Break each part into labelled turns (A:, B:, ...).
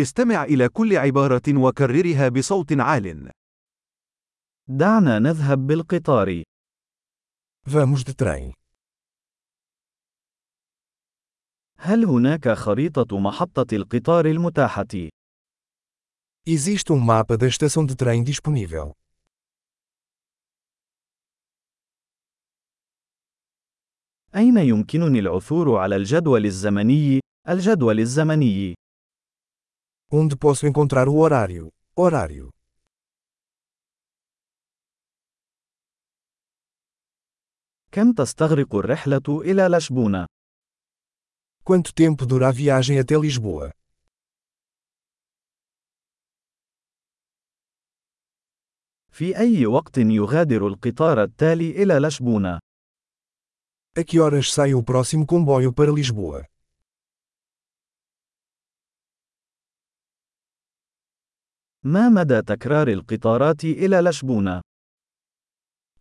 A: استمع إلى كل عبارة وكررها بصوت عال.
B: دعنا نذهب بالقطار.
C: Vamos de trem.
B: هل هناك خريطة محطة القطار المتاحة؟
C: Existe um mapa da estação de trem disponível.
B: أين يمكنني العثور على الجدول الزمني؟ الجدول الزمني.
C: Onde posso encontrar o horário? Horário.
B: كم تستغرق الرحلة إلى لشبونة؟
C: Quanto tempo dura a viagem até Lisboa?
B: في أي وقت يغادر القطار التالي إلى لشبونة؟
C: A que horas sai o próximo comboio para Lisboa?
B: ما مدى تكرار القطارات إلى لشبونة؟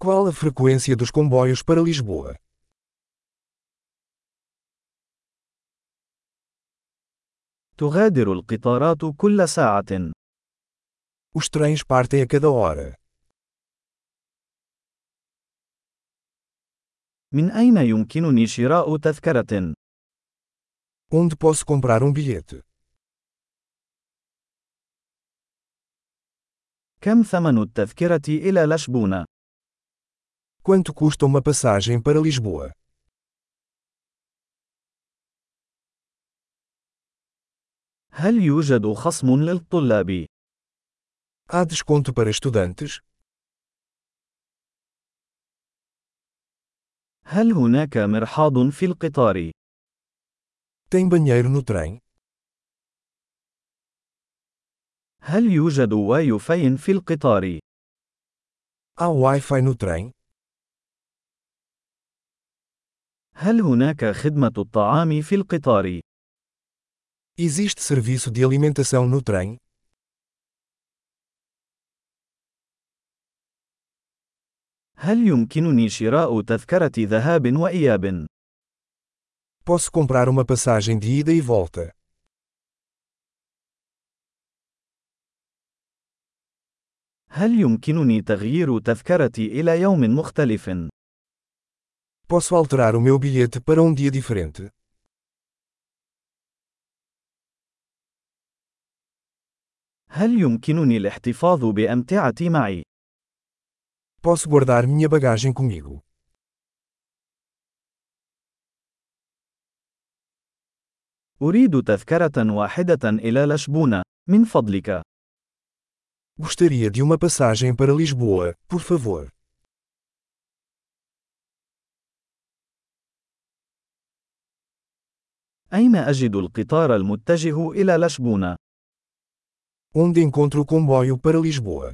C: Qual a frequência dos comboios para Lisboa?
B: تغادر القطارات كل ساعة.
C: Os trens partem a cada hora.
B: من أين يمكنني شراء تذكرة؟
C: Onde posso comprar um bilhete?
B: كم ثمن التذكرة إلى لشبونة؟
C: Quanto custa uma passagem para Lisboa?
B: هل يوجد خصم للطلاب؟
C: Há desconto para estudantes?
B: هل هناك مرحاض في القطار؟
C: Tem banheiro no trem?
B: هل يوجد واي فاي في القطار؟
C: Há Wi-Fi no trem?
B: هل هناك خدمة الطعام في القطار؟
C: Existe serviço de alimentação no trem?
B: هل يمكنني شراء تذكرة ذهاب وإياب؟
C: Posso comprar uma passagem de ida e volta.
B: هل يمكنني تغيير تذكرتي إلى يوم مختلف؟
C: Posso alterar o meu bilhete para um dia diferente.
B: هل يمكنني الاحتفاظ بأمتعتي معي؟
C: Posso guardar minha bagagem comigo.
B: أريد تذكرة واحدة إلى لشبونة، من فضلك.
C: Gostaria de uma passagem para Lisboa, por favor.
B: أين أجد القطار المتجه إلى لشبونة؟
C: Onde encontro o comboio para Lisboa?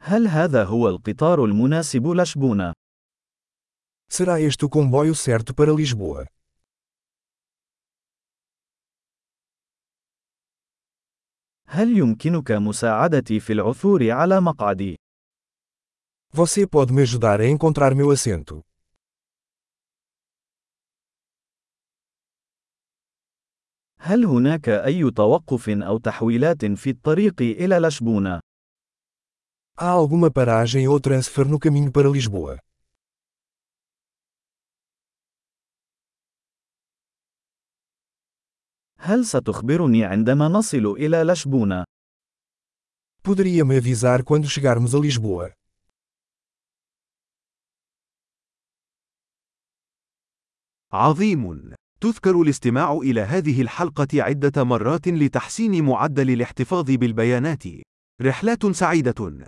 B: هل هذا هو القطار المناسب لشبونة؟
C: Será este o comboio certo para Lisboa?
B: هل يمكنك مساعدتي في العثور على مقعدي؟
C: Você pode me ajudar a encontrar meu assento.
B: هل هناك أي توقف أو تحويلات في الطريق إلى لشبونة؟
C: Há alguma paragem ou transfer no caminho para Lisboa?
B: هل ستخبرني عندما نصل إلى لشبونة؟
C: Poderia me avisar quando chegarmos a Lisboa?
A: عظيم! تذكر الاستماع إلى هذه الحلقة عدة مرات لتحسين معدل الاحتفاظ بالبيانات. رحلات سعيدة!